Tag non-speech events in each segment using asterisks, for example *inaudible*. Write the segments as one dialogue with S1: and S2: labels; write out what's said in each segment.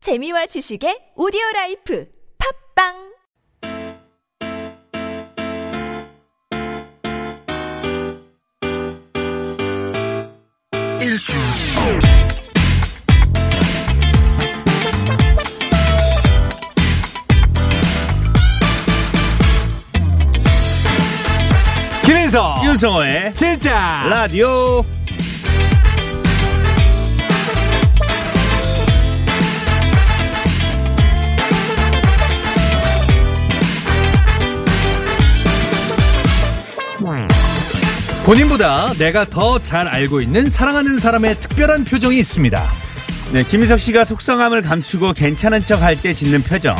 S1: 재미와 지식의 오디오 라이프 팝빵
S2: 김인석
S3: 윤성호의
S2: 진짜
S3: 라디오
S2: 본인보다 내가 더 잘 알고 있는 사랑하는 사람의 특별한 표정이 있습니다
S3: 네, 김희석 씨가 속성함을 감추고 괜찮은 척 할 때 짓는
S2: *laughs*
S3: 표정.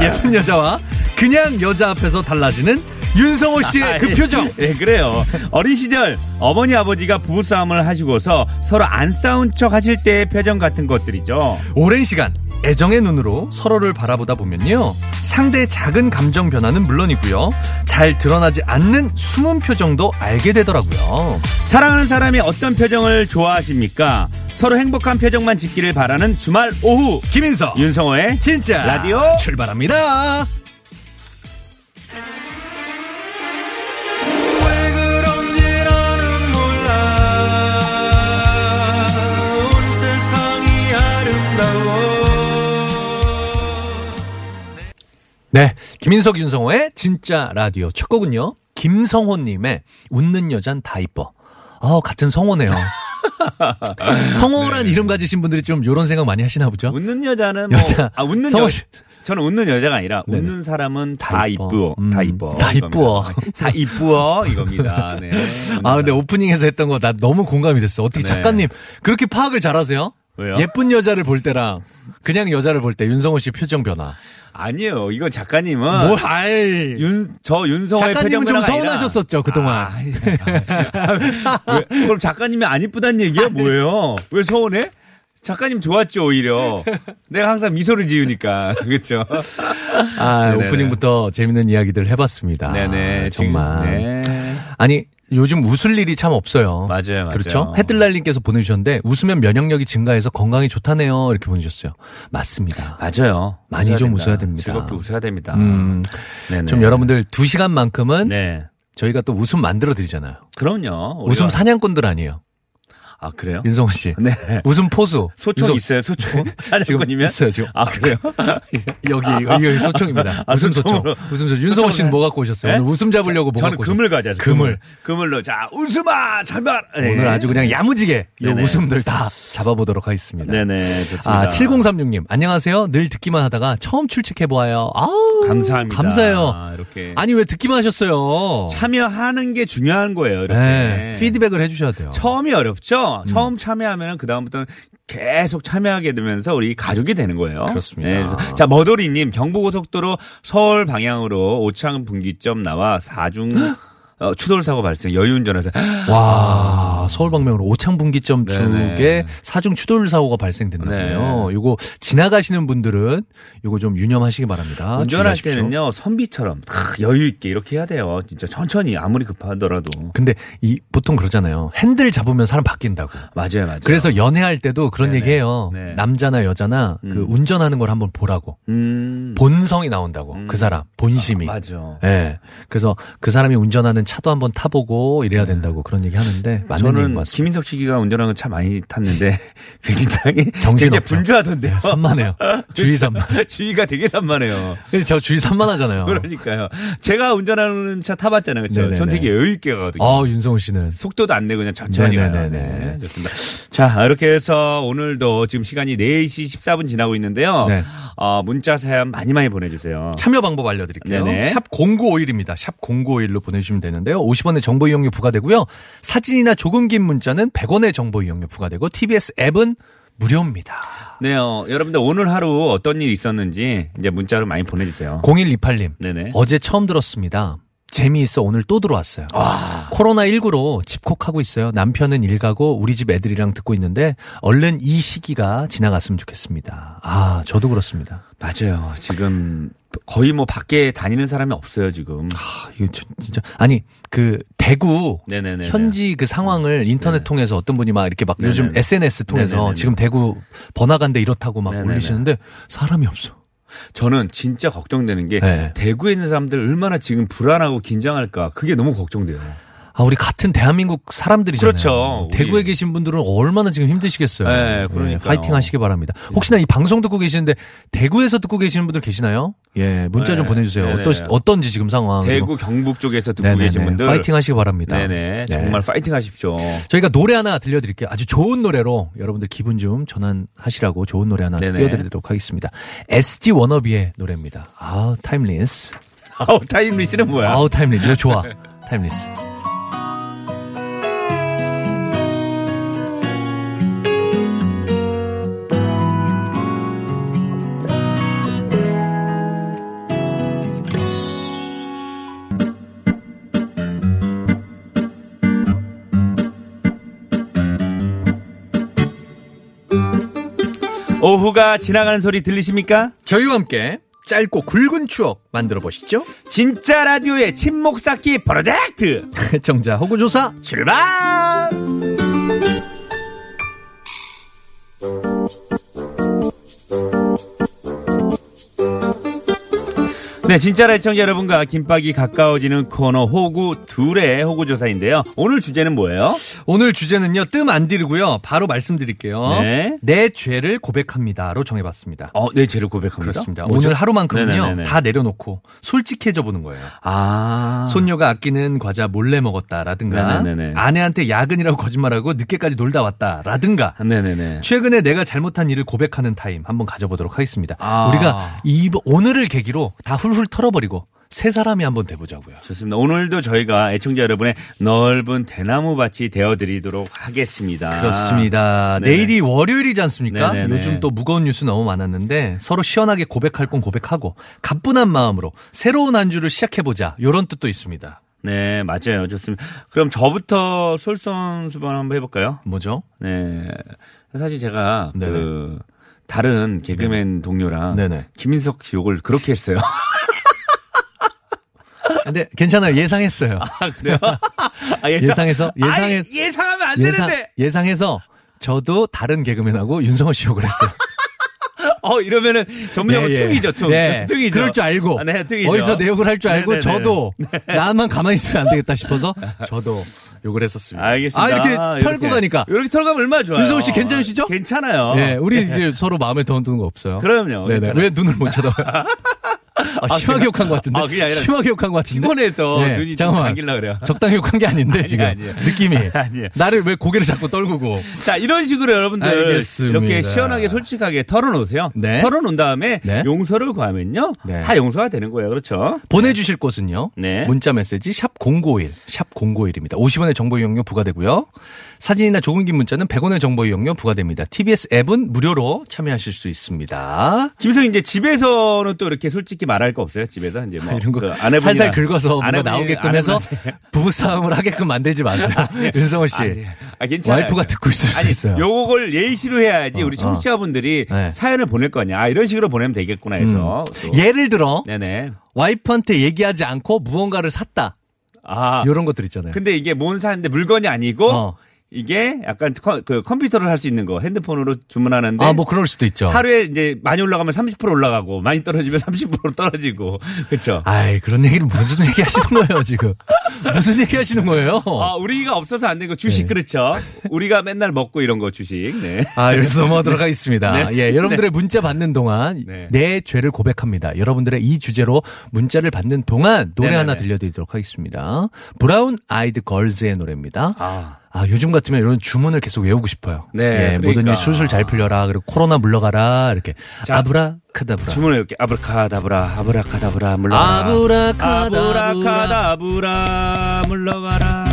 S2: 예쁜 여자와 그냥 여자 앞에서 달라지는 윤성호 씨의 그 표정
S3: 예, 그래요. 어린 시절 어머니 아버지가 부부싸움을 하시고서 서로 안 싸운 척 하실 때의 표정 같은 것들이죠.
S2: 오랜 시간 애정의 눈으로 서로를 바라보다 보면요 상대의 작은 감정 변화는 물론이고요 잘 드러나지 않는 숨은 표정도 알게 되더라고요
S3: 사랑하는 사람이 어떤 표정을 좋아하십니까? 서로 행복한 표정만 짓기를 바라는 주말 오후.
S2: 김인석
S3: 윤성호의
S2: 진짜
S3: 라디오
S2: 출발합니다. 네, 김인석 윤성호의 진짜 라디오 첫 곡은요 김성호님의 웃는 여잔 다 이뻐. 아 같은
S3: *laughs*
S2: 성호네요.
S3: 네.
S2: 성호란 이름 가지신 분들이 좀 이런 생각 많이 하시나 보죠.
S3: 웃는 여자는 뭐
S2: 여자.
S3: 아 웃는
S2: 성호
S3: 여
S2: 씨.
S3: 저는 웃는 여자가 아니라
S2: 네네.
S3: 웃는 사람은
S2: 다
S3: 다
S2: 이뻐.
S3: 이쁘어.
S2: 음,
S3: 다 이뻐.
S2: 다 이쁘어.
S3: 이겁니다. 다 이쁘어 이겁니다. 네.
S2: *laughs* 아, 근데 오프닝에서 했던 거 나 너무 공감이 됐어. 어떻게
S3: 네.
S2: 작가님 그렇게 파악을 잘하세요?
S3: 왜요?
S2: 예쁜 여자를 볼 때랑 그냥 여자를 볼 때 윤성호 씨 표정 변화.
S3: 아니에요. 이건 작가님은
S2: 뭘 알?
S3: 윤, 저 윤성호의
S2: 작가님은 좀
S3: 표정변화가 아,
S2: 서운하셨었죠 그동안.
S3: 아니라, 왜, 그럼 작가님이 안 이쁘다는 얘기야? 뭐예요? 왜 서운해? 작가님 좋았죠 오히려. 내가 항상 미소를 지으니까 *laughs* 그렇죠.
S2: 아,
S3: 네네.
S2: 오프닝부터 재밌는 이야기들 해봤습니다.
S3: 네네 지금,
S2: 아, 정말.
S3: 네.
S2: 아니 요즘 웃을 일이 참 없어요.
S3: 맞아요, 맞아요.
S2: 그렇죠? 해뜰날님께서 보내주셨는데 웃으면 면역력이 증가해서 건강이 좋다네요. 이렇게 보내주셨어요. 맞습니다.
S3: 맞아요.
S2: 많이 좀 웃어야 됩니다.
S3: 즐겁게 웃어야 됩니다.
S2: 음,
S3: 네네.
S2: 좀 여러분들 두 시간만큼은
S3: 네.
S2: 저희가 또 웃음 만들어 드리잖아요.
S3: 그럼요. 우리가-
S2: 웃음 사냥꾼들 아니에요.
S3: 아 그래요?
S2: 윤성호 씨.
S3: 네.
S2: 웃음 포수.
S3: 소총
S2: 윤성-
S3: 있어요? 소총? 사냥꾼이면?
S2: 있어요, 지금. 예.
S3: 아 그래요?
S2: *laughs* 여기 여기 소총입니다.
S3: 아,
S2: 웃음 소총.
S3: 소총으로.
S2: 웃음 소총. 윤성호 씨는
S3: 소총으로
S2: 뭐 갖고 오셨어요?
S3: 네?
S2: 오늘 웃음 잡으려고 뭐
S3: 저는
S2: 갖고 오셨어요?
S3: 금을 가져서
S2: 금을. 어,
S3: 금을로 자 웃음아 예. 제발
S2: 오늘 아주 그냥 야무지게 요
S3: 네네.
S2: 웃음들 다 잡아보도록 하겠습니다.
S3: 네네 좋습니다.
S2: 아, 7036님, 안녕하세요. 늘 듣기만 하다가 처음 출첵해보아요. 아우.
S3: 감사합니다.
S2: 감사해요.
S3: 아, 이렇게
S2: 아니, 왜 듣기만 하셨어요?
S3: 참여하는 게 중요한 거예요. 이렇게
S2: 네. 피드백을 해주셔야 돼요.
S3: 처음이 어렵죠. 처음 참여하면 그 다음부터는 계속 참여하게 되면서 우리 가족이 되는 거예요. 네,
S2: 그렇습니다.
S3: 그래서 자 머도리님 경부고속도로 서울 방향으로 오창 분기점 나와
S2: *gasps*
S3: 사중 어, 추돌 사고 발생 여유운전해서
S2: 와, 서울 방면으로 오창분기점
S3: 네네.
S2: 쪽에 사중 추돌 사고가
S3: 네.
S2: 발생된다고요. 이거 지나가시는 분들은 이거 좀 유념하시기 바랍니다.
S3: 운전할
S2: 아, 주의하십시오.
S3: 때는요 선비처럼 탁 여유 있게 이렇게 해야 돼요. 진짜 천천히 아무리 급하더라도
S2: 근데 이 보통 그러잖아요. 핸들 잡으면 사람 바뀐다고.
S3: 맞아요, 맞아요.
S2: 그래서 연애할 때도 그런
S3: 네네.
S2: 얘기해요.
S3: 네.
S2: 남자나 여자나 그 운전하는 걸 한번 보라고.
S3: 음,
S2: 본성이 나온다고. 그 사람 본심이.
S3: 맞아.
S2: 예. 그래서 그 사람이 운전하는 차도 한번 타보고 이래야 된다고 그런 얘기 하는데 네, 맞는 얘기인 것
S3: 네. 저는 *laughs*
S2: 같습니다.
S3: 김인석 씨가 운전하는 거 차 많이 탔는데 *laughs* 굉장히
S2: 정신없죠. 네,
S3: 굉장히 분주하던데요.
S2: 산만해요. 주의 산만.
S3: *laughs*
S2: *laughs*
S3: 주의가 되게 산만해요.
S2: 근데 저 주의 산만하잖아요.
S3: 그러니까요. 제가 운전하는 차 타봤잖아요. 그렇죠?
S2: 어. 네네네.
S3: 전 되게 여유 있게 가거든요.
S2: 아 윤성호 씨는
S3: 속도도 안 내고 그냥 천천히 가요.
S2: 네네네네.
S3: 네, 좋습니다. 자, 이렇게 해서 오늘도 지금 시간이 4시 14분 지나고 있는데요.
S2: 네.
S3: 어, 문자 사연 많이 많이 보내주세요.
S2: 참여 방법 알려드릴게요.
S3: 네네.
S2: 샵 0951입니다. 샵 0951로 보내주시면 되는데요. 50원의 정보 이용료 부과되고요. 사진이나 조금 긴 문자는 100원의 정보 이용료 부과되고 TBS 앱은 무료입니다.
S3: 네, 어, 여러분들 오늘 하루 어떤 일이 있었는지 이제 문자로 많이 보내주세요.
S2: 0128님.
S3: 네네.
S2: 어제 처음 들었습니다. 재미있어 오늘 또 들어왔어요. 코로나19로 집콕하고 있어요. 남편은 일 가고 우리 집 애들이랑 듣고 있는데 얼른 이 시기가 지나갔으면 좋겠습니다. 아, 저도 그렇습니다.
S3: 맞아요. 지금 거의 뭐 밖에 다니는 사람이 없어요 지금.
S2: 아, 이거 진- 진짜 아니 그 대구
S3: 네네네. 음. 네.
S2: 현지 그 상황을 인터넷 통해서 어떤 분이 막 이렇게 막 요즘
S3: 네네네.
S2: SNS 통해서
S3: 네네네네.
S2: 지금 대구 번화가인데 이렇다고 막
S3: 네네네.
S2: 올리시는데 사람이 없어.
S3: 저는 진짜 걱정되는 게
S2: 네.
S3: 대구에 있는 사람들 얼마나 지금 불안하고 긴장할까 그게 너무 걱정돼요.
S2: 아 우리 같은 대한민국 사람들이잖아요.
S3: 그렇죠.
S2: 대구에
S3: 우리.
S2: 계신 분들은 얼마나 지금 힘드시겠어요.
S3: 네, 그러니까요. 네.
S2: 파이팅 하시기 바랍니다. 혹시나 이 방송 듣고 계시는데 대구에서 듣고 계시는 분들 계시나요? 예, 문자 좀
S3: 네.
S2: 보내주세요.
S3: 네네네.
S2: 어떠 어떤지 지금 상황.
S3: 대구 경북 쪽에서 듣고
S2: 네네네.
S3: 계신 분들
S2: 파이팅 하시기 바랍니다.
S3: 네네 정말 파이팅하십시오.
S2: 저희가 노래 하나 들려드릴게요. 아주 좋은 노래로 여러분들 기분 좀 전환하시라고 좋은 노래 하나
S3: 네네.
S2: 띄워드리도록 하겠습니다. SG 워너비의 노래입니다. 아, 타임리스.
S3: 아우 타임리스는 뭐야?
S2: 아우, 타임리스. 이거 좋아. 타임리스.
S3: 오후가 지나가는 소리 들리십니까?
S2: 저희와 함께 짧고 굵은 추억 만들어 보시죠. *laughs*
S3: 진짜 라디오의 침묵 쌓기 프로젝트
S2: 정자 호구 조사.
S3: 출발! 네, 진짜 애청자 여러분과 김밥이 가까워지는 코너 호구 둘의 호구 조사인데요. 오늘 주제는 뭐예요?
S2: 오늘 주제는요. 뜸 안 들고요. 바로 말씀드릴게요.
S3: 네.
S2: 내 죄를 고백합니다로 정해봤습니다.
S3: 어, 네, 죄를 고백합니다.
S2: 그렇습니다.
S3: 뭐죠?
S2: 오늘 하루만큼은요.
S3: 네네네네.
S2: 다 내려놓고 솔직해져 보는 거예요.
S3: 아,
S2: 손녀가 아끼는 과자 몰래 먹었다라든가
S3: 네네네네.
S2: 아내한테 야근이라고 거짓말하고 늦게까지 놀다 왔다라든가
S3: 네네네.
S2: 최근에 내가 잘못한 일을 고백하는 타임 한번 가져보도록 하겠습니다.
S3: 아.
S2: 우리가 이 오늘을 계기로 다 훌훌 털어버리고 새 사람이 한번 돼보자고요.
S3: 좋습니다. 오늘도 저희가 애청자 여러분의 넓은 대나무 밭이 되어드리도록 하겠습니다.
S2: 그렇습니다.
S3: 아. 네네.
S2: 내일이 월요일이지 않습니까?
S3: 네네네.
S2: 요즘 또 무거운 뉴스 너무 많았는데 서로 시원하게 고백할 건 고백하고 가뿐한 마음으로 새로운 한 주를 시작해보자 이런 뜻도 있습니다.
S3: 네, 맞아요. 좋습니다. 그럼 저부터 솔선수범 한번 해볼까요?
S2: 뭐죠?
S3: 네. 사실 제가
S2: 네네.
S3: 그 다른 개그맨 동료랑
S2: 네네.
S3: 김인석 씨 욕을 그렇게 했어요. *laughs*
S2: 근데 괜찮아요.
S3: *laughs*
S2: 예상했어요. *laughs*
S3: 아,
S2: 예상해서? 예상해-
S3: 아니, 예상하면 안 되는데.
S2: 예상, 해서 저도 다른 개그맨하고 윤성호 씨 욕을
S3: *laughs*
S2: 했어요.
S3: 어 이러면은 전문적으로
S2: 예, 예.
S3: 퉁이죠, 퉁.
S2: 네,
S3: 퉁이죠.
S2: 그럴 줄 알고
S3: 아, 네, 퉁이죠.
S2: 어디서 내 욕을 할 줄 알고
S3: 네네네.
S2: 저도 나만 가만히 있으면 안 되겠다 싶어서 저도 욕을 했었습니다.
S3: 알겠습니다.
S2: 아 이렇게
S3: 아,
S2: 털고 가니까
S3: 이렇게 털고 가면 얼마나 좋아요.
S2: 윤성호 씨 괜찮으시죠?
S3: 괜찮아요.
S2: 예, 우리 이제 서로 마음에 드는 거 없어요.
S3: 그럼요.
S2: 네네.
S3: 괜찮아요.
S2: 왜 눈을 못
S3: *laughs*
S2: 쳐다봐요? 아, 심하게
S3: 그냥-
S2: 욕한 것 같은데.
S3: 아, 그게 아니라
S2: 심하게 욕한 것 같은데.
S3: 피곤해서
S2: 네,
S3: 눈이 좀
S2: 잠깐만.
S3: 감길라 그래요.
S2: 적당히 욕한 게 아닌데 지금
S3: 아니에요.
S2: 느낌이
S3: *laughs* 아니에요.
S2: 나를 왜 고개를 자꾸 떨구고
S3: 자, 이런 식으로 여러분들
S2: 알겠습니다.
S3: 이렇게 시원하게 솔직하게 털어놓으세요.
S2: 네.
S3: 털어놓은 다음에
S2: 네.
S3: 용서를 구하면요.
S2: 네.
S3: 다 용서가 되는 거예요. 그렇죠?
S2: 보내주실 곳은요.
S3: 네.
S2: 문자 메시지 샵 051, 샵 051입니다. 50원의 정보 이용료 부과되고요. 사진이나 조금 긴 문자는 100원의 정보 이용료 부과됩니다. TBS 앱은 무료로 참여하실 수 있습니다.
S3: 김성 이제 집에서는 또 이렇게 솔직히 말할 거 없어요. 집에서 이제 뭐
S2: 이런 거
S3: 그 아내분이나
S2: 살살 긁어서 뭔가
S3: 아내분이- 아, 네.
S2: 나오게끔
S3: *laughs*
S2: 해서 부부싸움을 하게끔 만들지 마세요. 윤성호 씨.
S3: 아내분한테- 아, 괜찮아요.
S2: 와이프가 듣고 있을 수
S3: 아니,
S2: 있어요. 어,
S3: 요걸 예시로 해야지 우리 청취자분들이
S2: 네. 음.
S3: 사연을 보낼 거 아니야. 아, 이런 식으로 보내면 되겠구나 해서. 또.
S2: 예를 들어
S3: 네네.
S2: 와이프한테 얘기하지 않고 무언가를 샀다.
S3: 아.
S2: 이런 것들 있잖아요.
S3: 근데 이게 뭔 사는데 물건이 아니고
S2: 어.
S3: 이게 약간 컴, 그 컴퓨터로 할 수 있는 거 핸드폰으로 주문하는데
S2: 아, 뭐 그럴 수도 있죠.
S3: 하루에 이제 많이 올라가면 30% 올라가고 많이 떨어지면 *laughs* 30% 떨어지고 그렇죠.
S2: 아이, 그런 얘기를 무슨 *laughs* 얘기 하시는 거예요, 지금? 무슨 얘기 하시는 거예요?
S3: 아, 우리가 없어서 안 되고 주식
S2: 네.
S3: 그렇죠. 우리가 맨날 먹고 이런 거 주식. 네.
S2: 아, 여기서 넘어가도록 하겠습니다.
S3: 네.
S2: 예, 여러분들의 문자 받는 동안
S3: 네.
S2: 내 죄를 고백합니다. 여러분들의 이 주제로 문자를 받는 동안 노래
S3: 네네네.
S2: 하나 들려드리도록 하겠습니다. 브라운 아이드 걸즈의 노래입니다.
S3: 아.
S2: 아, 요즘 같으면 이런 주문을 계속 외우고 싶어요.
S3: 네,
S2: 예, 모든
S3: 그러니까.
S2: 일 술술 잘 풀려라. 그리고 코로나 물러가라. 이렇게.
S3: 자,
S2: 아브라카다브라.
S3: 주문해 이렇게 아브라카다브라 아브라카다브라 물러가라.
S2: 아브라카다브라.
S3: 아브라카다브라 물러가라.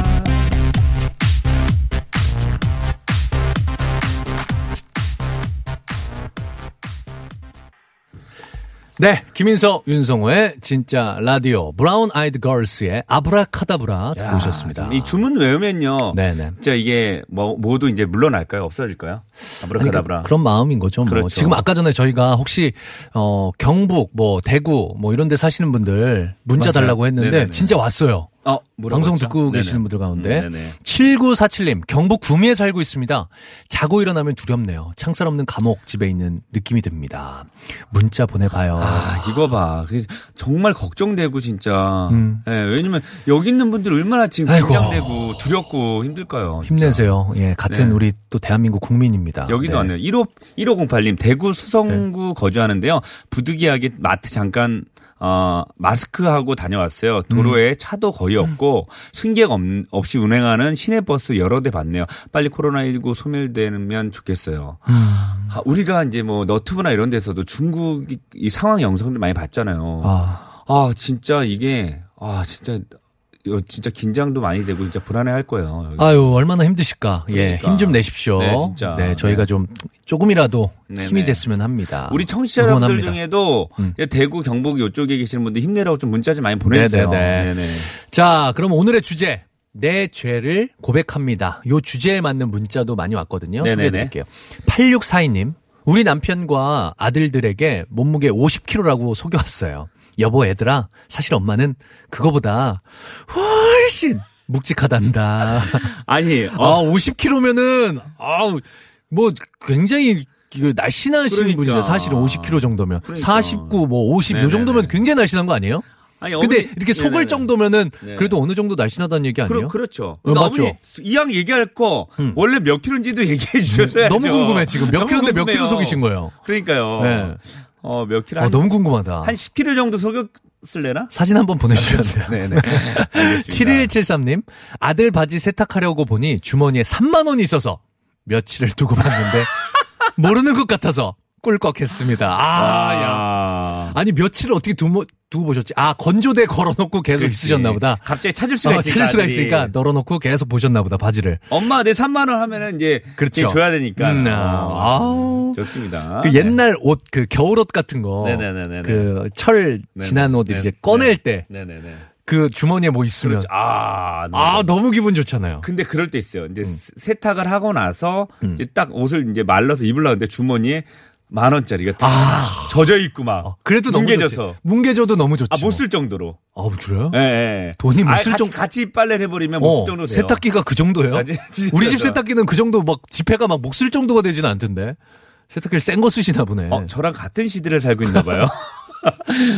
S2: 네, 김인서, 윤성호의 진짜 라디오 브라운 아이드 걸스의 아브라카다브라 듣고 오셨습니다.
S3: 이 주문 외우면요.
S2: 네네.
S3: 진짜 이게 뭐 모두 이제 물러날까요? 없어질까요?
S2: 아니,
S3: 아브라카다브라.
S2: 그, 런 마음인 거죠. 뭐.
S3: 그렇죠.
S2: 지금 아까 전에 저희가 혹시 어, 경북, 뭐 대구, 뭐 이런 데 사시는 분들 문자
S3: 맞아요.
S2: 달라고 했는데
S3: 네네네.
S2: 진짜 왔어요.
S3: 어, 뭐라고
S2: 방송
S3: 했죠?
S2: 듣고
S3: 네네.
S2: 계시는 분들 가운데
S3: 음, 네네.
S2: 7947님 경북 구미에 살고 있습니다. 자고 일어나면 두렵네요. 창살 없는 감옥 집에 있는 느낌이 듭니다. 문자 보내봐요.
S3: 아, 이거 봐. 그게 정말 걱정되고 진짜.
S2: 음.
S3: 예, 왜냐면 여기 있는 분들 얼마나 지금
S2: 아이고.
S3: 긴장되고 두렵고 힘들까요? 진짜.
S2: 힘내세요. 예, 같은
S3: 네.
S2: 우리 또 대한민국 국민입니다.
S3: 여기도
S2: 네.
S3: 왔네요. 15, 1508님, 대구 수성구 거주하는데요. 부득이하게 마트 잠깐, 어, 마스크하고 다녀왔어요. 도로에
S2: 음.
S3: 차도 거의 없고, 승객 없, 없이 운행하는 시내버스 여러 대 봤네요. 빨리 코로나19 소멸되면 좋겠어요.
S2: 음.
S3: 아, 우리가 이제 뭐 너튜브나 이런 데서도 중국 이- 이 상황 영상들 많이 봤잖아요. 아,
S2: 아,
S3: 진짜 이게, 아, 진짜, 이거 진짜 긴장도 많이 되고, 진짜 불안해 할 거예요. 여기.
S2: 음. 아유, 얼마나 힘드실까. 예,
S3: 그러니까.
S2: 힘 좀 내십시오.
S3: 네, 진짜.
S2: 네, 저희가
S3: 네.
S2: 좀 조금이라도
S3: 네네.
S2: 힘이 됐으면 합니다.
S3: 우리 청취자 여러분들
S2: 아, 응원합니다.
S3: 중에도
S2: 음.
S3: 대구 경북 이쪽에 계시는 분들 힘내라고 좀 문자 좀 많이 보내주세요.
S2: 네네네.
S3: 네네.
S2: 자, 그럼 오늘의 주제. 내 죄를 고백합니다. 요 주제에 맞는 문자도 많이 왔거든요.
S3: 네네네.
S2: 소개해 드릴게요. 8642님. 우리 남편과 아들들에게 몸무게 50kg라고 속여왔어요. 여보 애들아, 사실 엄마는 그거보다 훨씬
S3: *laughs*
S2: 묵직하단다.
S3: 아니 어,
S2: 아, 50kg면은 아우 뭐 굉장히 이거 날씬하신
S3: 그러니까.
S2: 분이죠. 사실은 50kg 정도면
S3: 그러니까.
S2: 49, 뭐 50 요
S3: 네네네.
S2: 정도면 굉장히 날씬한 거 아니에요?
S3: 아니
S2: 근데
S3: 어머니-
S2: 이렇게 속을
S3: 네네네.
S2: 정도면은
S3: 네.
S2: 그래도 어느 정도 날씬하다는 얘기 아니에요?
S3: 그러, 그렇죠.
S2: 어, 맞죠.
S3: 어머니 이왕 얘기할 거
S2: 음.
S3: 원래 몇 킬로인지도 *laughs* 얘기해 주셨어야죠.
S2: 너무 궁금해 지금 몇
S3: 너무
S2: 킬로인데 몇
S3: 궁금해요.
S2: 킬로 속이신 거예요?
S3: 그러니까요.
S2: 네.
S3: 어, 몇 킬로
S2: 아,
S3: 한,
S2: 너무 궁금하다.
S3: 한 10킬로 정도
S2: *laughs*
S3: 속였을래나?
S2: 사진 한번 보내주셨어요.
S3: 네네. 알겠습니다.
S2: 7173님 아들 바지 세탁하려고 보니 주머니에 3만 원이 있어서 며칠을 두고 봤는데
S3: *laughs*
S2: 모르는 것 같아서 꿀꺽했습니다. 아, 야.
S3: 아,
S2: 아니 며칠을 어떻게 두고, 두고 보셨지? 아 건조대 걸어놓고 계속
S3: 그렇지.
S2: 있으셨나 보다.
S3: 예. 갑자기 찾을 수가
S2: 어,
S3: 있으니까. 네.
S2: 찾을 수가
S3: 아들이.
S2: 있으니까 널어놓고 계속 보셨나 보다 바지를.
S3: 엄마 내 3만 원 하면은 이제
S2: 그렇죠.
S3: 줘야 되니까.
S2: 음, 아.
S3: 어, 좋습니다.
S2: 그
S3: 네.
S2: 옛날 옷 그 겨울 옷 같은
S3: 네네네네네.
S2: 거 그 철 지난 옷
S3: 네,
S2: 이제
S3: 네.
S2: 꺼낼
S3: 네네네.
S2: 때 그 주머니에 뭐 있으면
S3: 그렇죠. 아, 네.
S2: 아 너무 기분 좋잖아요.
S3: 근데 그럴 때 있어요. 이제 세- 세탁을 하고 나서
S2: 음.
S3: 이제 딱 옷을 이제 말라서 입으려는데 주머니에 만 원짜리가 다 젖어 있고 막.
S2: 어, 아. 그래도 너무
S3: 뭉개져서.
S2: 좋지. 뭉개져도 너무 좋지.
S3: 아, 못
S2: 뭐.
S3: 쓸 정도로.
S2: 아, 그래요?
S3: 예, 예.
S2: 돈이 못
S3: 아예
S2: 쓸
S3: 같이-
S2: 정도-
S3: 같이 빨래를 해버리면 못 쓸
S2: 어,
S3: 정도 돼요.
S2: 세탁기가 그 정도예요?
S3: 아, 진짜- 진짜
S2: 우리 집
S3: 그래서.
S2: 세탁기는 그 정도 막 지폐가 막 목 쓸 정도가 되진 않던데. 세탁기를 센 거 쓰시나 보네.
S3: 어, 저랑 같은 시대를 살고 있나 봐요. *laughs*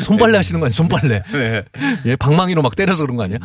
S2: 손빨래 하시는 거 아니에요? 손빨래.
S3: 네.
S2: 예, 방망이로 막 때려서 그런 거 아니야?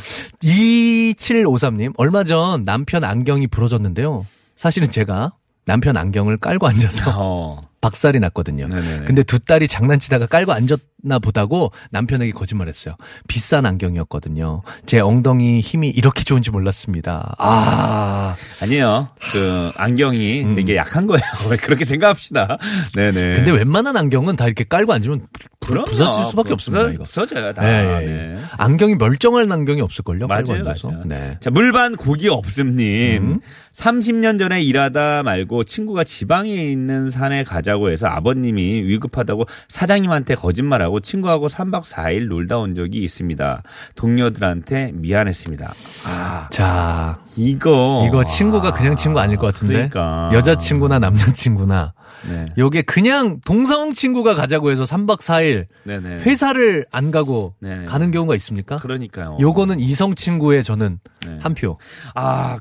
S2: 2753님, 얼마 전 남편 안경이 부러졌는데요. 사실은 제가 남편 안경을 깔고 앉아서 *laughs*
S3: 어.
S2: 박살이 났거든요.
S3: 네네네.
S2: 근데 두 딸이 장난치다가 깔고 앉았나 보다고 남편에게 거짓말했어요. 비싼 안경이었거든요. 제 엉덩이 힘이 이렇게 좋은지 몰랐습니다. 아.
S3: 아니에요. 그 안경이 되게 약한 거예요. *laughs* 왜 그렇게 생각합시다. 네네.
S2: 음. 근데 웬만한 안경은 다 이렇게 깔고 앉으면 부, 부- 부서질 수밖에 없습니다, 이거.
S3: 부서, 부서져요 다.
S2: 예, 예, 예.
S3: 네.
S2: 안경이 멸정할 안경이 없을걸요? 깔고
S3: 맞아요,
S2: 앉아서.
S3: 맞아요.
S2: 네.
S3: 자, 물반 고기 없음님. 30년 전에 일하다 말고 친구가 지방에 있는 산에 가자고 해서 아버님이 위급하다고 사장님한테 거짓말하고 친구하고 3박 4일 놀다 온 적이 있습니다. 동료들한테 미안했습니다. 아,
S2: 자,
S3: 이거.
S2: 이거 친구가 그냥 친구 아닐 것 같은데
S3: 어. 그러니까.
S2: 여자친구나 남자친구나
S3: 네.
S2: 요게 그냥 동성 친구가 가자고 해서 3박 4일
S3: 네네.
S2: 회사를 안 가고
S3: 네네.
S2: 가는 경우가 있습니까?
S3: 그러니까요. 어.
S2: 요거는 이성 친구의 저는
S3: 네.
S2: 한 표.
S3: 아,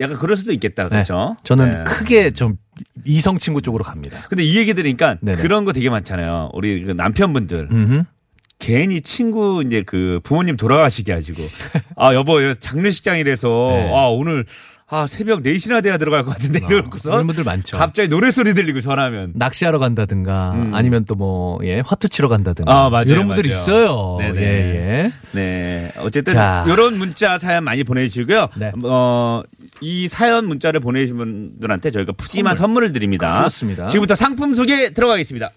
S3: 약간 그럴 수도 있겠다.
S2: 네.
S3: 그렇죠?
S2: 저는
S3: 네.
S2: 크게 좀 이성 친구 쪽으로 갑니다.
S3: 근데 이 얘기 들으니까
S2: 네네.
S3: 그런 거 되게 많잖아요. 우리 그 남편분들
S2: 음흠.
S3: 괜히 친구 이제 그 부모님 돌아가시게 하시고 *laughs* 아 여보 이거 장례식장이라서
S2: 네. 아,
S3: 아 오늘 아 새벽 4시나 돼야 들어갈 것 같은데 아, 이러고서
S2: 그런 분들 많죠.
S3: 갑자기 노래소리 들리고 전화하면
S2: 낚시하러 간다든가 아니면 또 뭐 예, 화투 치러 간다든가
S3: 아, 맞아요,
S2: 이런 분들
S3: 맞아요.
S2: 있어요.
S3: 네네.
S2: 예, 예.
S3: 네 어쨌든
S2: 자.
S3: 이런 문자 사연 많이 보내주시고요 어,
S2: 네.
S3: 어이 사연 문자를 보내주신 분들한테 저희가 푸짐한 선물. 을 드립니다
S2: 그렇습니다.
S3: 지금부터 상품 소개 들어가겠습니다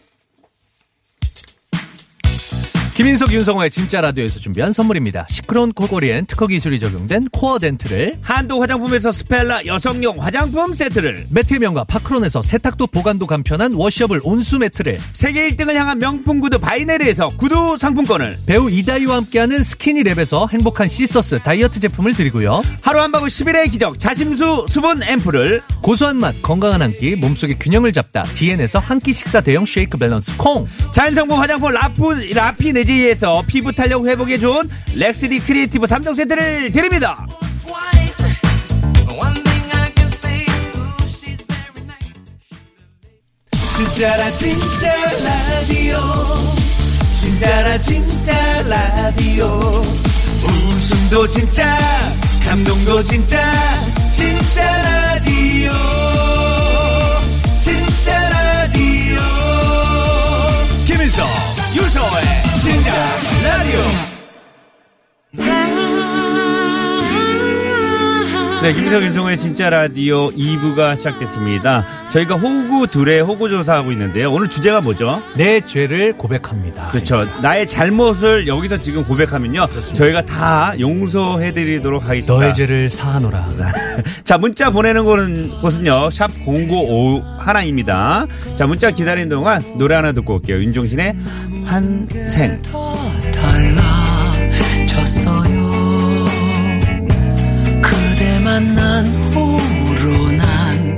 S2: 김인석 윤성호의 진짜 라디오에서 준비한 선물입니다. 시끄러운 코골이엔 특허 기술이 적용된 코어 덴트를
S3: 한도 화장품에서 스펠라 여성용 화장품 세트를
S2: 매트의 명가 파크론에서 세탁도 보관도 간편한 워셔블 온수 매트를
S3: 세계 1등을 향한 명품 구두 바이네리에서 구두 상품권을
S2: 배우 이다희와 함께하는 스키니랩에서 행복한 시서스 다이어트 제품을 드리고요.
S3: 하루 한 방울 10일의 기적 자심수 수분 앰플을
S2: 고소한 맛 건강한 한 끼 몸속의 균형을 잡다 DN에서 한 끼 식사 대용 쉐이크 밸런스 콩
S3: 자연성분 화장품 라푸, 라피네지에서 피부 탄력 회복에 좋은 렉스리 크리에이티브 3종 세트를 드립니다
S4: One thing I can say, ooh, she's very nice.
S3: 진짜라 진짜 라디오 진짜라 진짜 라디오 웃음도 진짜 감동도 진짜 진짜 라디오 진짜 라디오 김일성 유서의 진짜 라디오 네, 김민석 윤성호의 진짜 라디오 2부가 시작됐습니다. 저희가 호구 둘의 호구 조사하고 있는데요. 오늘 주제가 뭐죠?
S2: 내 죄를 고백합니다.
S3: 그렇죠. 나의 잘못을 여기서 지금 고백하면요. 저희가 다 용서해드리도록 하겠습니다.
S2: 너의 죄를 사하노라.
S3: 자, 문자 보내는 곳은, 곳은요. 샵 0955 하나입니다. 자, 문자 기다리는 동안 노래 하나 듣고 올게요. 윤종신의 환생.
S4: 달라졌어요. 그대 만난 후로 난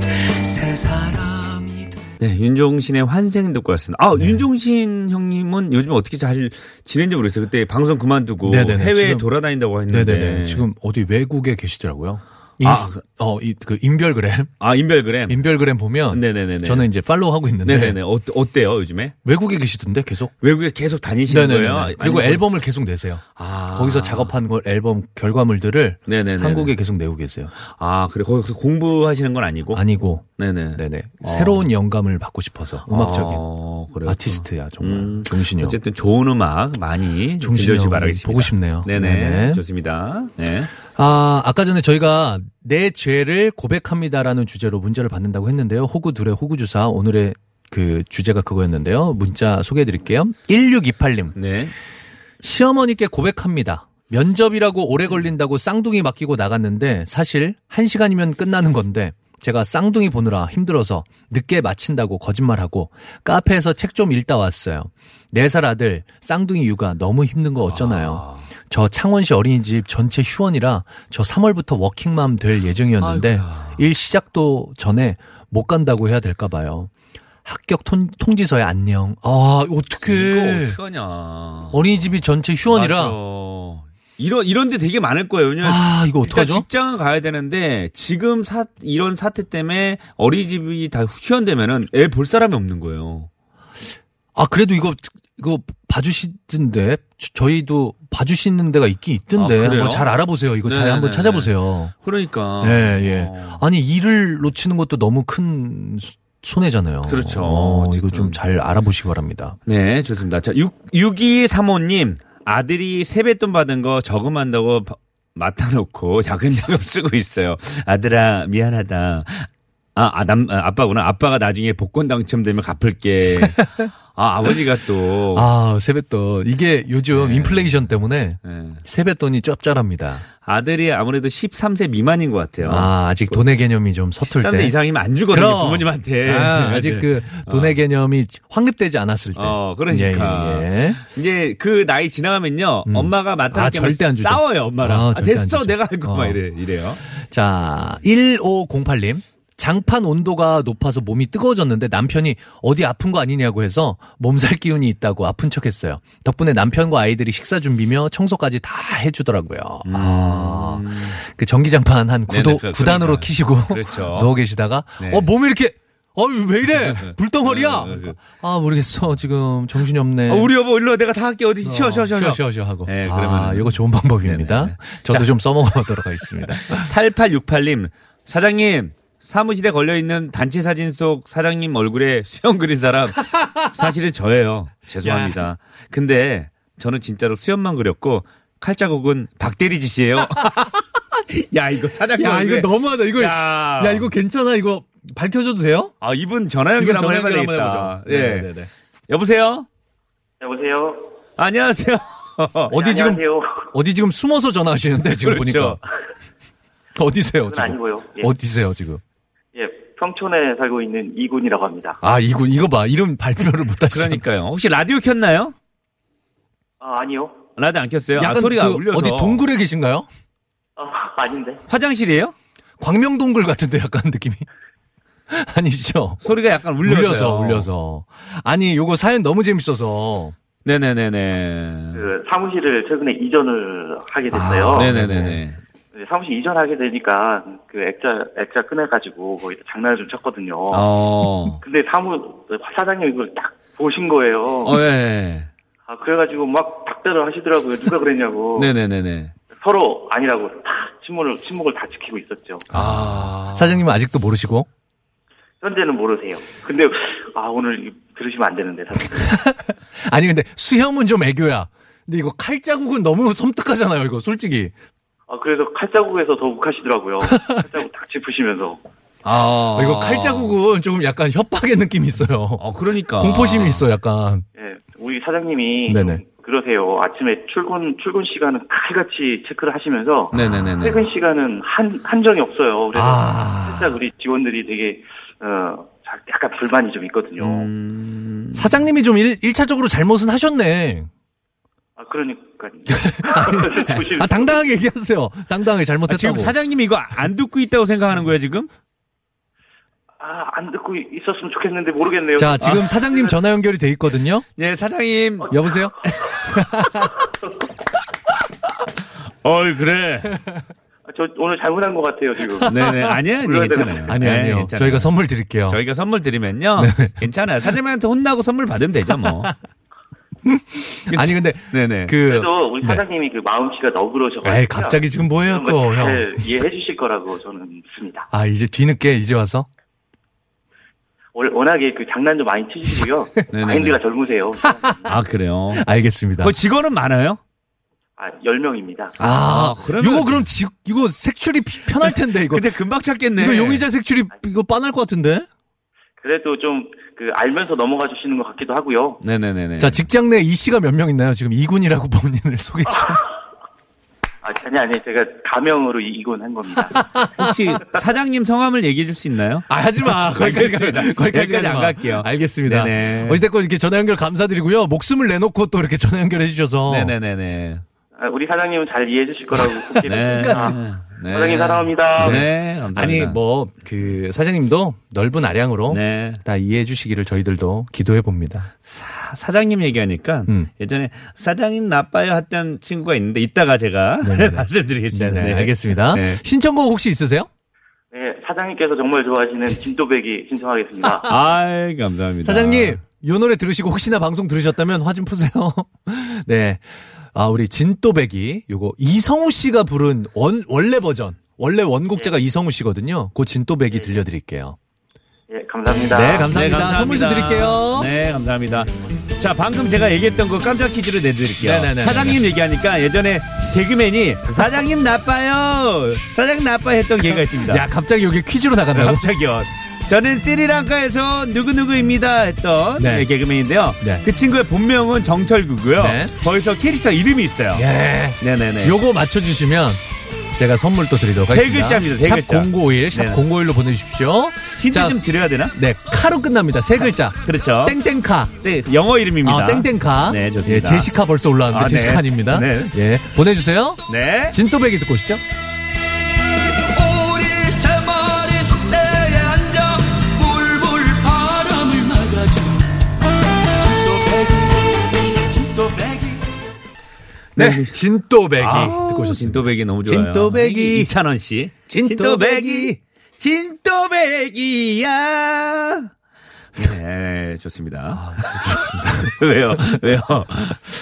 S4: 새 사람이 됐
S3: 네, 윤종신의 환생 듣고 왔습니다.
S2: 네.
S3: 아, 윤종신 형님은 요즘 어떻게 잘 지낸지 모르겠어요. 그때 방송 그만두고
S2: 네네네,
S3: 해외에
S2: 지금-
S3: 돌아다닌다고 했는데.
S2: 네네네. 지금 어디 외국에 계시더라고요.
S3: 아,
S2: 인스, 어, 이, 그,
S3: *laughs*
S2: 인별그램.
S3: 아, 인별그램.
S2: 인별그램 보면.
S3: 네네네네.
S2: 저는 이제 팔로우 하고 있는데.
S3: 네네네. 어, 어때요, 요즘에?
S2: 외국에 계시던데, 계속.
S3: 외국에 계속 다니시는
S2: 네네네.
S3: 거예요?
S2: 그리고
S3: 아니면- 뭐-
S2: 앨범을 계속 내세요.
S3: 아.
S2: 거기서 작업한 걸 앨범 결과물들을.
S3: 네네네.
S2: 한국에 계속 내고 계세요.
S3: 아, 그래. 거기 공부하시는 건 아니고?
S2: 아니고.
S3: 어? 네네.
S2: 네네.
S3: 어.
S2: 새로운 영감을 받고 싶어서. 음악적인.
S3: 어, 그래요.
S2: 아티스트야, 정말.
S3: 음.
S2: 종신이 형.
S3: 어쨌든 좋은 음악 많이
S2: 종신이
S3: 들려주시
S2: 형님
S3: 바라겠습니다.
S2: 보고 싶네요.
S3: 네네.
S2: 네네.
S3: 좋습니다. 네.
S2: 아, 아까 전에 저희가 내 죄를 고백합니다라는 주제로 문자를 받는다고 했는데요. 호구 둘의 호구 주사 오늘의 그 주제가 그거였는데요. 문자 소개해 드릴게요. 1628님.
S3: 네.
S2: 시어머니께 고백합니다. 면접이라고 오래 걸린다고 쌍둥이 맡기고 나갔는데 사실 1시간이면 끝나는 건데 제가 쌍둥이 보느라 힘들어서 늦게 마친다고 거짓말하고 카페에서 책 좀 읽다 왔어요. 4살 아들 쌍둥이 육아 너무 힘든 거 어쩌나요? 저 창원시 어린이집 전체 휴원이라 저 3월부터 워킹맘 될 예정이었는데 일 시작도 전에 못 간다고 해야 될까 봐요. 합격 통, 통지서에 안녕. 아,
S3: 이거
S2: 어떡해.
S3: 어떡하냐.
S2: 어린이집이 전체 휴원이라
S3: 맞아. 이런 이런 데 되게 많을 거예요. 왜냐면
S2: 아 이거
S3: 일단
S2: 어떡하죠?
S3: 직장을 가야 되는데 지금 사 이런 사태 때문에 어린이집이 다 휴원되면은 애 볼 사람이 없는 거예요.
S2: 아 그래도 이거 이거 봐주시던데 저, 희도 봐주시는 데가 있긴
S3: 아,
S2: 있던데
S3: 그래요?
S2: 한번 잘 알아보세요. 이거 잘
S3: 네네네.
S2: 한번 찾아보세요.
S3: 그러니까.
S2: 예 예.
S3: 어.
S2: 아니 일을 놓치는 것도 너무 큰 수- 손해잖아요.
S3: 그렇죠.
S2: 어, 이거
S3: 어쨌든.
S2: 좀 잘 알아보시기 바랍니다.
S3: 네, 좋습니다. 자, 6 6235님 아들이 세뱃돈 받은 거 저금한다고 바- 맡아놓고 *laughs* 야금야금 쓰고 있어요. 아들아 미안하다. 아, 아, 남, 아, 아빠구나. 아빠가 나중에 복권 당첨되면
S2: *laughs*
S3: 갚을게. 아, 아버지가 또.
S2: 아 세뱃돈 이게 요즘
S3: 네.
S2: 인플레이션 때문에
S3: 예.
S2: 세뱃돈이 짭짤합니다.
S3: 아들이 아무래도 13세 미만인 것 같아요.
S2: 아 아직 돈의 개념이 좀 서툴
S3: 13세
S2: 때.
S3: 이상이면 안 주거든요,
S2: 그럼
S3: 부모님한테. 네,
S2: 아,
S3: *laughs*
S2: 직그 돈의 개념이 확립되지 않았을 때.
S3: 어, 그러니까.
S2: 네. 예, 예, 예.
S3: 이제 그 나이 지나가면요,
S2: 음.
S3: 엄마가
S2: 아,
S3: 맡아놓게
S2: 절대 안 주죠.
S3: 싸워요, 엄마랑.
S2: 아,
S3: 아,
S2: 절대 안
S3: 됐어,
S2: 주죠.
S3: 내가 할 거,
S2: 어.
S3: 막 이래, 이래요.
S2: 자, 1508님. 장판 온도가 높아서 몸이 뜨거워졌는데 남편이 어디 아픈 거 아니냐고 해서 몸살 기운이 있다고 아픈 척 했어요. 덕분에 남편과 아이들이 식사 준비며 청소까지 다 해주더라고요. 아, 그 전기장판 한
S3: 음. 네네,
S2: 9도,
S3: 그-
S2: 구단으로
S3: 그러니까요.
S2: 키시고
S3: 그렇죠.
S2: *laughs* 누워 계시다가
S3: 네.
S2: 어, 몸이 이렇게 어유 왜
S3: *laughs*
S2: 이래? 불덩어리야?
S3: 네.
S2: 아, 모르겠어. 지금 정신이 없네.
S3: 아, 우리 여보, 일로 내가 다 할게, 어디, 쉬어, 쉬어, 쉬어. 쉬어.
S2: 쉬어, 쉬어 하고.
S3: 네,
S2: 아,
S3: 그러면은-
S2: 이거 좋은 방법입니다.
S3: 네네.
S2: 저도
S3: 자.
S2: 좀 써먹어보도록 *laughs* 하겠습니다.
S3: 8868님, 사장님, 사무실에 걸려있는 단체 사진 속 사장님 얼굴에 *laughs* 수염 그린 사람, 사실은 저예요. 죄송합니다. 근데 저는 진짜로 수염만 그렸고, 칼자국은 박대리 짓이에요. *laughs* 야, 이거 사장님.
S2: 야,
S3: 얼굴에-
S2: 이거 너무하다. 이거
S3: 야.
S2: 야, 이거 괜찮아. 이거 밝혀줘도 돼요?
S3: 아, 이분 전화 연결
S2: 이거
S3: 한번
S2: 전화
S3: 해봐야
S2: 연결 네,
S3: 되겠다.
S2: 해보죠.
S3: 예.
S2: 네네네.
S3: 여보세요?
S5: 여보세요.
S3: 안녕하세요.
S2: 어디 네, 지금
S5: 안녕하세요.
S2: 어디 지금 숨어서 전화하시는데 *laughs* 지금
S3: 그렇죠.
S2: 보니까 *laughs* 어디세요
S5: 그건
S2: 지금?
S5: 아니고요. 예.
S2: 어디세요 지금?
S5: 예, 평촌에 살고 있는 이군이라고 합니다.
S2: 아 이거 이거 봐 이름 발표를 못 하시네.
S3: 그러니까요. 혹시 라디오 켰나요?
S5: 아, 아니요.
S3: 라디오 안 켰어요. 아,
S2: 약간
S3: 소리가
S2: 그
S3: 울려서.
S2: 어디 동굴에 계신가요?
S5: 아, *laughs* 아닌데.
S3: 화장실이에요?
S2: 광명 동굴 같은데 약간 느낌이 *laughs* 아니죠?
S3: 소리가 약간 울려서.
S2: 울려서 울려서 아니 요거 사연 너무 재밌어서
S3: 네네네네.
S5: 그 사무실을 최근에 이전을 하게 됐어요.
S2: 아, 네네.
S3: 네네네네.
S5: 네, 사무실 이전하게 되니까 그 액자 액자 꺼내가지고 거기다 장난을 좀 쳤거든요.
S2: 아.
S3: 어.
S5: 근데 사무 사장님 이걸 딱 보신 거예요.
S3: 어, 예.
S5: 아, 그래가지고 막 닥달을 하시더라고요. 누가 그랬냐고.
S3: 네네네네.
S5: 서로 아니라고 다 침묵을 침묵을 다 지키고 있었죠.
S3: 아.
S2: 사장님은 아직도 모르시고
S5: 현재는 모르세요. 근데 아 오늘 이- 들으시면 안 되는데 사실.
S2: 아니 근데 수염은 좀 애교야. 근데 이거 칼자국은 너무 섬뜩하잖아요 이거 솔직히.
S5: 아 그래서 칼자국에서 더
S2: *laughs*
S5: 욱하시더라고요. 칼자국 딱 짚으시면서.
S3: 아.
S2: 어, 이거 칼자국은 조금 약간 협박의 느낌이 있어요.
S3: 어, 그러니까.
S2: 공포심이 있어 약간.
S5: 예, 우리 사장님이
S2: 네네.
S5: 좀 그러세요. 아침에 출근 출근 시간은 칼같이 체크를 하시면서
S3: 네네네네.
S5: 퇴근 시간은 한 한정이 없어요. 그래서
S2: 아.
S5: 살짝 우리 직원들이 되게 어 약간 불만이 좀 있거든요.
S3: 음.
S2: 사장님이 좀 일, 차적으로 잘못은 하셨네.
S5: 아
S2: *laughs*
S5: 그러니까 보시-
S2: 아, 당당하게 얘기하세요. 당당하게
S3: 아, 지금
S2: 잘못했다고.
S3: 사장님이 이거 안 듣고 있다고 생각하는 거예요, 지금?
S5: 아, 안 듣고 있었으면 좋겠는데 모르겠네요.
S2: 자, 지금 사장님 전화 연결이 돼 있거든요.
S3: 예, 사장님.
S5: 어,
S2: 여보세요?
S3: 네. 어이, 그래.
S5: 아, 저 오늘 잘못한 것 같아요 지금.
S3: 네네. 아니야, 아니,
S5: 물어야
S3: 괜찮아요.
S2: 아니,
S3: 네,
S2: 아니요.
S3: 괜찮아요.
S2: 저희가 선물 드릴게요.
S3: 저희가 선물 드리면요.
S2: 네,
S3: 괜찮아요. 사장님한테 혼나고 선물 받으면 되죠, 뭐.
S2: *laughs*
S3: 그치?
S2: 아니, 근데,
S3: 네네.
S2: 그,
S5: 그래서 우리
S2: 네.
S5: 사장님이 그 마음씨가 너그러셔가지고.
S2: 에이, 갑자기 지금 뭐예요
S5: 그런
S2: 또,
S5: 걸잘
S2: 형.
S5: 이해해 주실 거라고 저는 믿습니다.
S2: 아, 이제 뒤늦게, 이제 와서?
S5: 월- 워낙에 그 장난 좀 많이 치시고요.
S3: 네네네.
S5: 마인드가 젊으세요.
S3: 아, 그래요?
S2: 알겠습니다.
S3: 그 직원은 많아요?
S5: 아, 10명입니다.
S2: 아,
S3: 아, 그러면-
S2: 그러면. 이거 그럼 지, 이거 색출이 피- 편할 텐데, 이거.
S3: 근데 금방 찾겠네.
S2: 이거 용의자 색출이 이거 빠날 것 같은데?
S5: 그래도 좀 그 알면서 넘어가 주시는 것 같기도 하고요.
S3: 네네네네.
S2: 자, 직장 내 이 씨가 몇 명 있나요? 지금 이군이라고 *laughs* 본인을 소개해 주세요.
S5: 아, 아니, 아니, 제가 가명으로 이- 이혼한 겁니다.
S3: 혹시 사장님 성함을 얘기해 줄 수 있나요?
S2: 아, 하지 마. 거기까지, 가-
S3: 알겠습니다.
S2: 거기까지
S3: 여기까지
S2: 가지
S3: 안
S2: 마.
S3: 갈게요.
S2: 알겠습니다.
S3: 네네.
S2: 어찌됐건 이렇게 전화 연결 감사드리고요. 목숨을 내놓고 또 이렇게 전화 연결해 주셔서.
S3: 네네네네.
S5: 아, 우리 사장님은 잘 이해해 주실 거라고 굳게
S3: 네.
S5: 믿습니다.
S3: 네.
S5: 사장님 사랑합니다.
S3: 네, 감사합니다.
S2: 아니, 뭐, 그, 사장님도 넓은 아량으로
S3: 네.
S2: 다 이해해 주시기를 저희들도 기도해 봅니다.
S3: 사- 사장님 얘기하니까
S2: 음.
S3: 예전에 사장님 나빠요 했던 친구가 있는데 이따가 제가
S2: 네네네.
S3: *laughs* 말씀드리겠습니다.
S2: 네네,
S3: 네.
S2: 알겠습니다.
S3: 네.
S2: 신청곡 혹시 있으세요?
S5: 네, 사장님께서 정말 좋아하시는 진또배기 신청하겠습니다.
S3: 아이, 감사합니다.
S2: 사장님, 요 노래 들으시고 혹시나 방송 들으셨다면 화 좀 푸세요. *laughs* 네. 아, 우리 진또배기, 요거 이성우 씨가 부른 원, 원래 버전. 원래 원곡자가
S3: 네.
S2: 이성우 씨거든요. 그 진또배기 들려드릴게요.
S5: 예, 감사합니다.
S2: 네, 감사합니다. 선물도 드릴게요.
S3: 네, 감사합니다. 자, 방금 제가 얘기했던 거 깜짝 퀴즈로 내드릴게요.
S2: 네네네.
S3: 사장님 얘기하니까 예전에 개그맨이 사장님 나빠요. 사장님 나빠요 했던 개가 있습니다. 아,
S2: 야, 갑자기 여기 퀴즈로 나간다고?
S3: 갑자기요. 저는 스리랑카에서 누구누구입니다 했던
S2: 네.
S3: 예, 개그맨인데요.
S2: 네.
S3: 그 친구의 본명은 정철구고요.
S2: 네.
S3: 거기서 캐릭터 이름이 있어요.
S2: 예.
S3: 네네네.
S2: 요거 맞춰주시면 제가 선물 또 드리도록
S3: 세
S2: 하겠습니다.
S3: 글자입니다, 세
S2: 샵
S3: 글자.
S2: 051, 샵
S3: 네네.
S2: 051로 보내주십시오.
S3: 힌트
S2: 자,
S3: 좀 드려야 되나?
S2: 네, 카로 끝납니다. 세 글자.
S3: 그렇죠.
S2: 땡땡카.
S3: 네, 영어 이름입니다.
S2: 아, 땡땡카.
S3: 네, 좋습니다.
S2: 예, 제시카 벌써 올라왔는데
S3: 아, 네.
S2: 제시카 아닙니다.
S3: 네.
S2: 예, 보내주세요.
S3: 네.
S2: 진또배기 듣고 오시죠.
S4: 오릴 새마리 속대에 앉아 물불 바람을 막아줘 진또 백이 진또 백이
S2: 네, 진또배기 듣고
S3: 아우,
S2: 오셨습니다.
S3: 진또배기 너무 좋아요.
S2: 진또배기.
S3: 이찬원 씨.
S2: 진또배기.
S3: 진또배기야.
S2: 아,
S3: *laughs* 네, 좋습니다. 그렇습니다. 왜요? 왜요?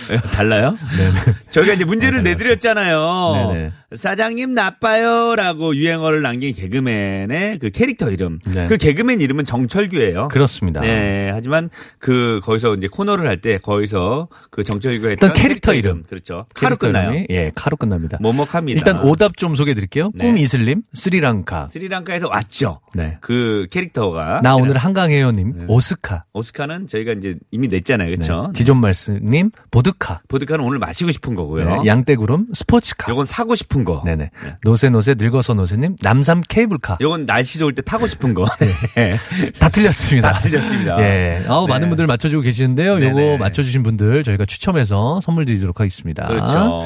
S3: 왜요? 달라요?
S2: 네, 네.
S3: 저희가 이제 문제를 내드렸잖아요.
S2: 네네.
S3: 사장님 나빠요라고 유행어를 남긴 개그맨의 그 캐릭터 이름.
S2: 네.
S3: 그 개그맨 이름은 정철규예요.
S2: 그렇습니다.
S3: 네, 하지만 그 거기서 이제 코너를 할 때 거기서 그 정철규가 했던
S2: 일단 네. 캐릭터 이름.
S3: 그렇죠.
S2: 캐릭터
S3: 카로 끝나요.
S2: 이름이, 예, 카로 끝납니다.
S3: 뭐뭐합니다.
S2: 일단 오답 좀 소개해 드릴게요.
S3: 네.
S2: 꿈이슬님, 스리랑카.
S3: 스리랑카에서 왔죠.
S2: 네.
S3: 그 캐릭터가
S2: 나 오늘 한강해요님, 오스카.
S3: 오스카는 저희가 이제 이미 냈잖아요, 그렇죠?
S2: 네. 지존말스님, 보드카.
S3: 보드카는 오늘 마시고 싶은 거고요.
S2: 네. 양떼구름, 스포츠카.
S3: 요건 사고 싶은 거.
S2: 네네. 노세노세 늙어서 노세님, 남삼 케이블카.
S3: 요건 날씨 좋을 때 타고 싶은 거. *laughs* 네.
S2: 다 틀렸습니다.
S3: 다 틀렸습니다.
S2: 예. 아우,
S3: 네.
S2: 많은 분들 맞춰주고 계시는데요.
S3: 네네.
S2: 요거 맞춰주신 분들 저희가 추첨해서 선물 드리도록 하겠습니다.
S3: 그렇죠.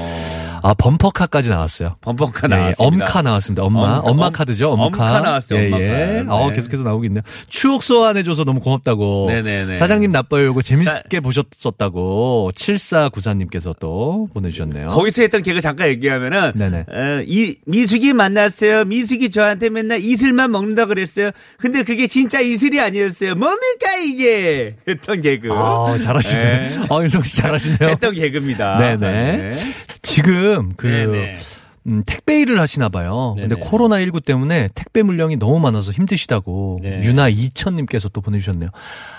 S2: 아, 범퍼카까지 나왔어요.
S3: 범퍼카
S2: 네,
S3: 나왔습니다.
S2: 엄카 나왔습니다. 엄마.
S3: 엄-
S2: 엄마
S3: 엄-
S2: 카드죠. 엄카.
S3: 엄카 나왔어요,
S2: 예,
S3: 엄마가.
S2: 예.
S3: 네.
S2: 어, 계속해서 나오고 있네요. 추억 소환해줘서 너무 고맙다고.
S3: 네네네.
S2: 사장님 나빠요. 이거 재밌게 보셨었다고. 7494님께서 또 보내주셨네요.
S3: 거기서 했던 걔가 잠깐 얘기하면은
S2: 네네.
S3: 어, 이 미숙이 만났어요. 미숙이 저한테 맨날 이슬만 먹는다 그랬어요. 근데 그게 진짜 이슬이 아니었어요. 뭡니까 이게? 했던 개그.
S2: 아, 잘하시네.
S3: 네.
S2: 아, 윤성 씨 잘하시네요.
S3: 했던 개그입니다.
S2: 네네.
S3: 네.
S2: 지금 그
S3: 네네.
S2: 음, 택배 일을 하시나 봐요. 근데
S3: 네네.
S2: 코로나 19 때문에 택배 물량이 너무 많아서 힘드시다고
S3: 네.
S2: 유나 이천 님께서 또 보내 주셨네요.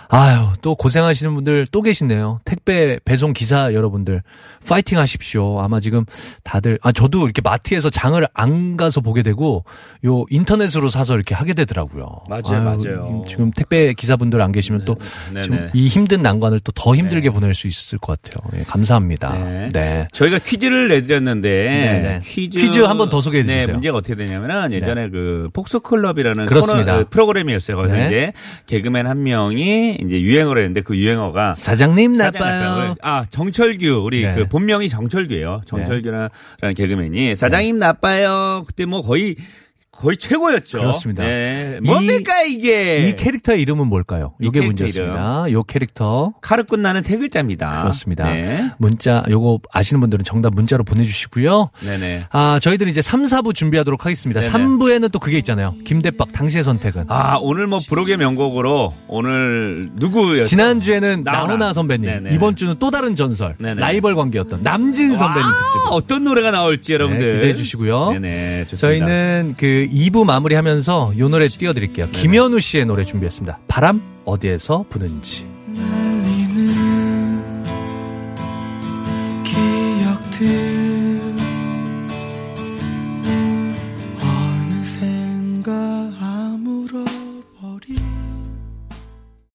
S2: 아유, 또 고생하시는 분들 또 계시네요. 택배 배송 기사 여러분들 파이팅 하십시오. 아마 지금 다들 아 저도 이렇게 마트에서 장을 안 가서 보게 되고 요 인터넷으로 사서 이렇게 하게 되더라고요.
S3: 맞아요, 맞아요.
S2: 지금 택배 기사분들 안 계시면 또
S3: 네네.
S2: 지금 이 힘든 난관을 또 더 힘들게 보낼 수 있을 것 같아요. 예, 감사합니다.
S3: 네.
S2: 네.
S3: 저희가 퀴즈를 내드렸는데
S2: 네네.
S3: 퀴즈
S2: 퀴즈 한번 더 소개해
S3: 네,
S2: 주세요.
S3: 문제가 어떻게 되냐면은 예전에 그 폭소클럽이라는
S2: 그렇습니다.
S3: 코너, 어, 프로그램이었어요. 거기서
S2: 네.
S3: 이제 개그맨 한 명이 이제 유행어를 했는데 그 유행어가
S2: 사장님
S3: 사장님
S2: 나빠요.
S3: 나빠요. 아 정철규 우리
S2: 네.
S3: 그 본명이 정철규예요. 정철규라는 개그맨이 사장님 나빠요. 그때 뭐 거의 거의 최고였죠.
S2: 그렇습니다.
S3: 네.
S2: 이-
S3: 뭡니까 이게?
S2: 이 캐릭터의 이름은 뭘까요?
S3: 예. 이
S2: 이게
S3: 캐릭터
S2: 문제였습니다. 요 캐릭터
S3: 카르 끝나는 세 글자입니다.
S2: 그렇습니다.
S3: 네.
S2: 문자 요거 아시는 분들은 정답 문자로 보내주시고요.
S3: 네네.
S2: 아 저희들은 이제 3, 4부 준비하도록 하겠습니다.
S3: 네네.
S2: 3부에는 또 그게 있잖아요. 김대박 당신의 선택은.
S3: 아 오늘 뭐 부록의 명곡으로 오늘 누구였죠?
S2: 지난주에는 나훈아,
S3: 그렇죠. 나훈아
S2: 선배님,
S3: 네네.
S2: 이번 주는 또 다른 전설,
S3: 네네.
S2: 라이벌 관계였던 남진 선배님
S3: 아,
S2: 특집.
S3: 어떤 노래가 나올지 여러분들
S2: 네, 기대해 주시고요.
S3: 네네. 좋습니다.
S2: 저희는 그 2부 마무리하면서 요 노래 띄워드릴게요. 김현우 씨의 노래 준비했습니다. 바람 어디에서 부는지.
S4: 날리는 기억들